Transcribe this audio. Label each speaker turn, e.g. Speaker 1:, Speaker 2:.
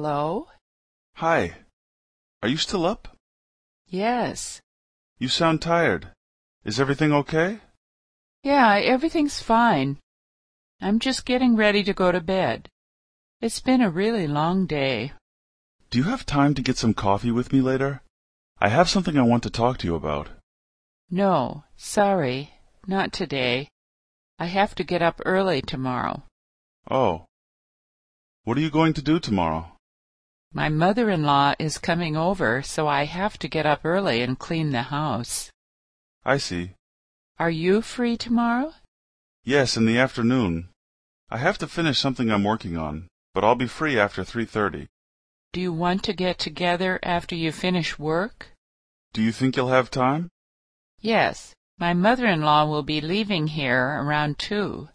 Speaker 1: Hello?
Speaker 2: Hi. Are you still up?
Speaker 1: Yes.
Speaker 2: You sound tired. Is everything okay?
Speaker 1: Yeah, everything's fine. I'm just getting ready to go to bed. It's been a really long day.
Speaker 2: Do you have time to get some coffee with me later? I have something I want to talk to you about.
Speaker 1: No, sorry, not today. I have to get up early tomorrow.
Speaker 2: Oh. What are you going to do tomorrow?
Speaker 1: My mother-in-law is coming over, so I have to get up early and clean the house.
Speaker 2: I see.
Speaker 1: Are you free tomorrow?
Speaker 2: Yes, in the afternoon. I have to finish something I'm working on, but I'll be free after 3:30.
Speaker 1: Do you want to get together after you finish work?
Speaker 2: Do you think you'll have time?
Speaker 1: Yes. My mother-in-law will be leaving here around two,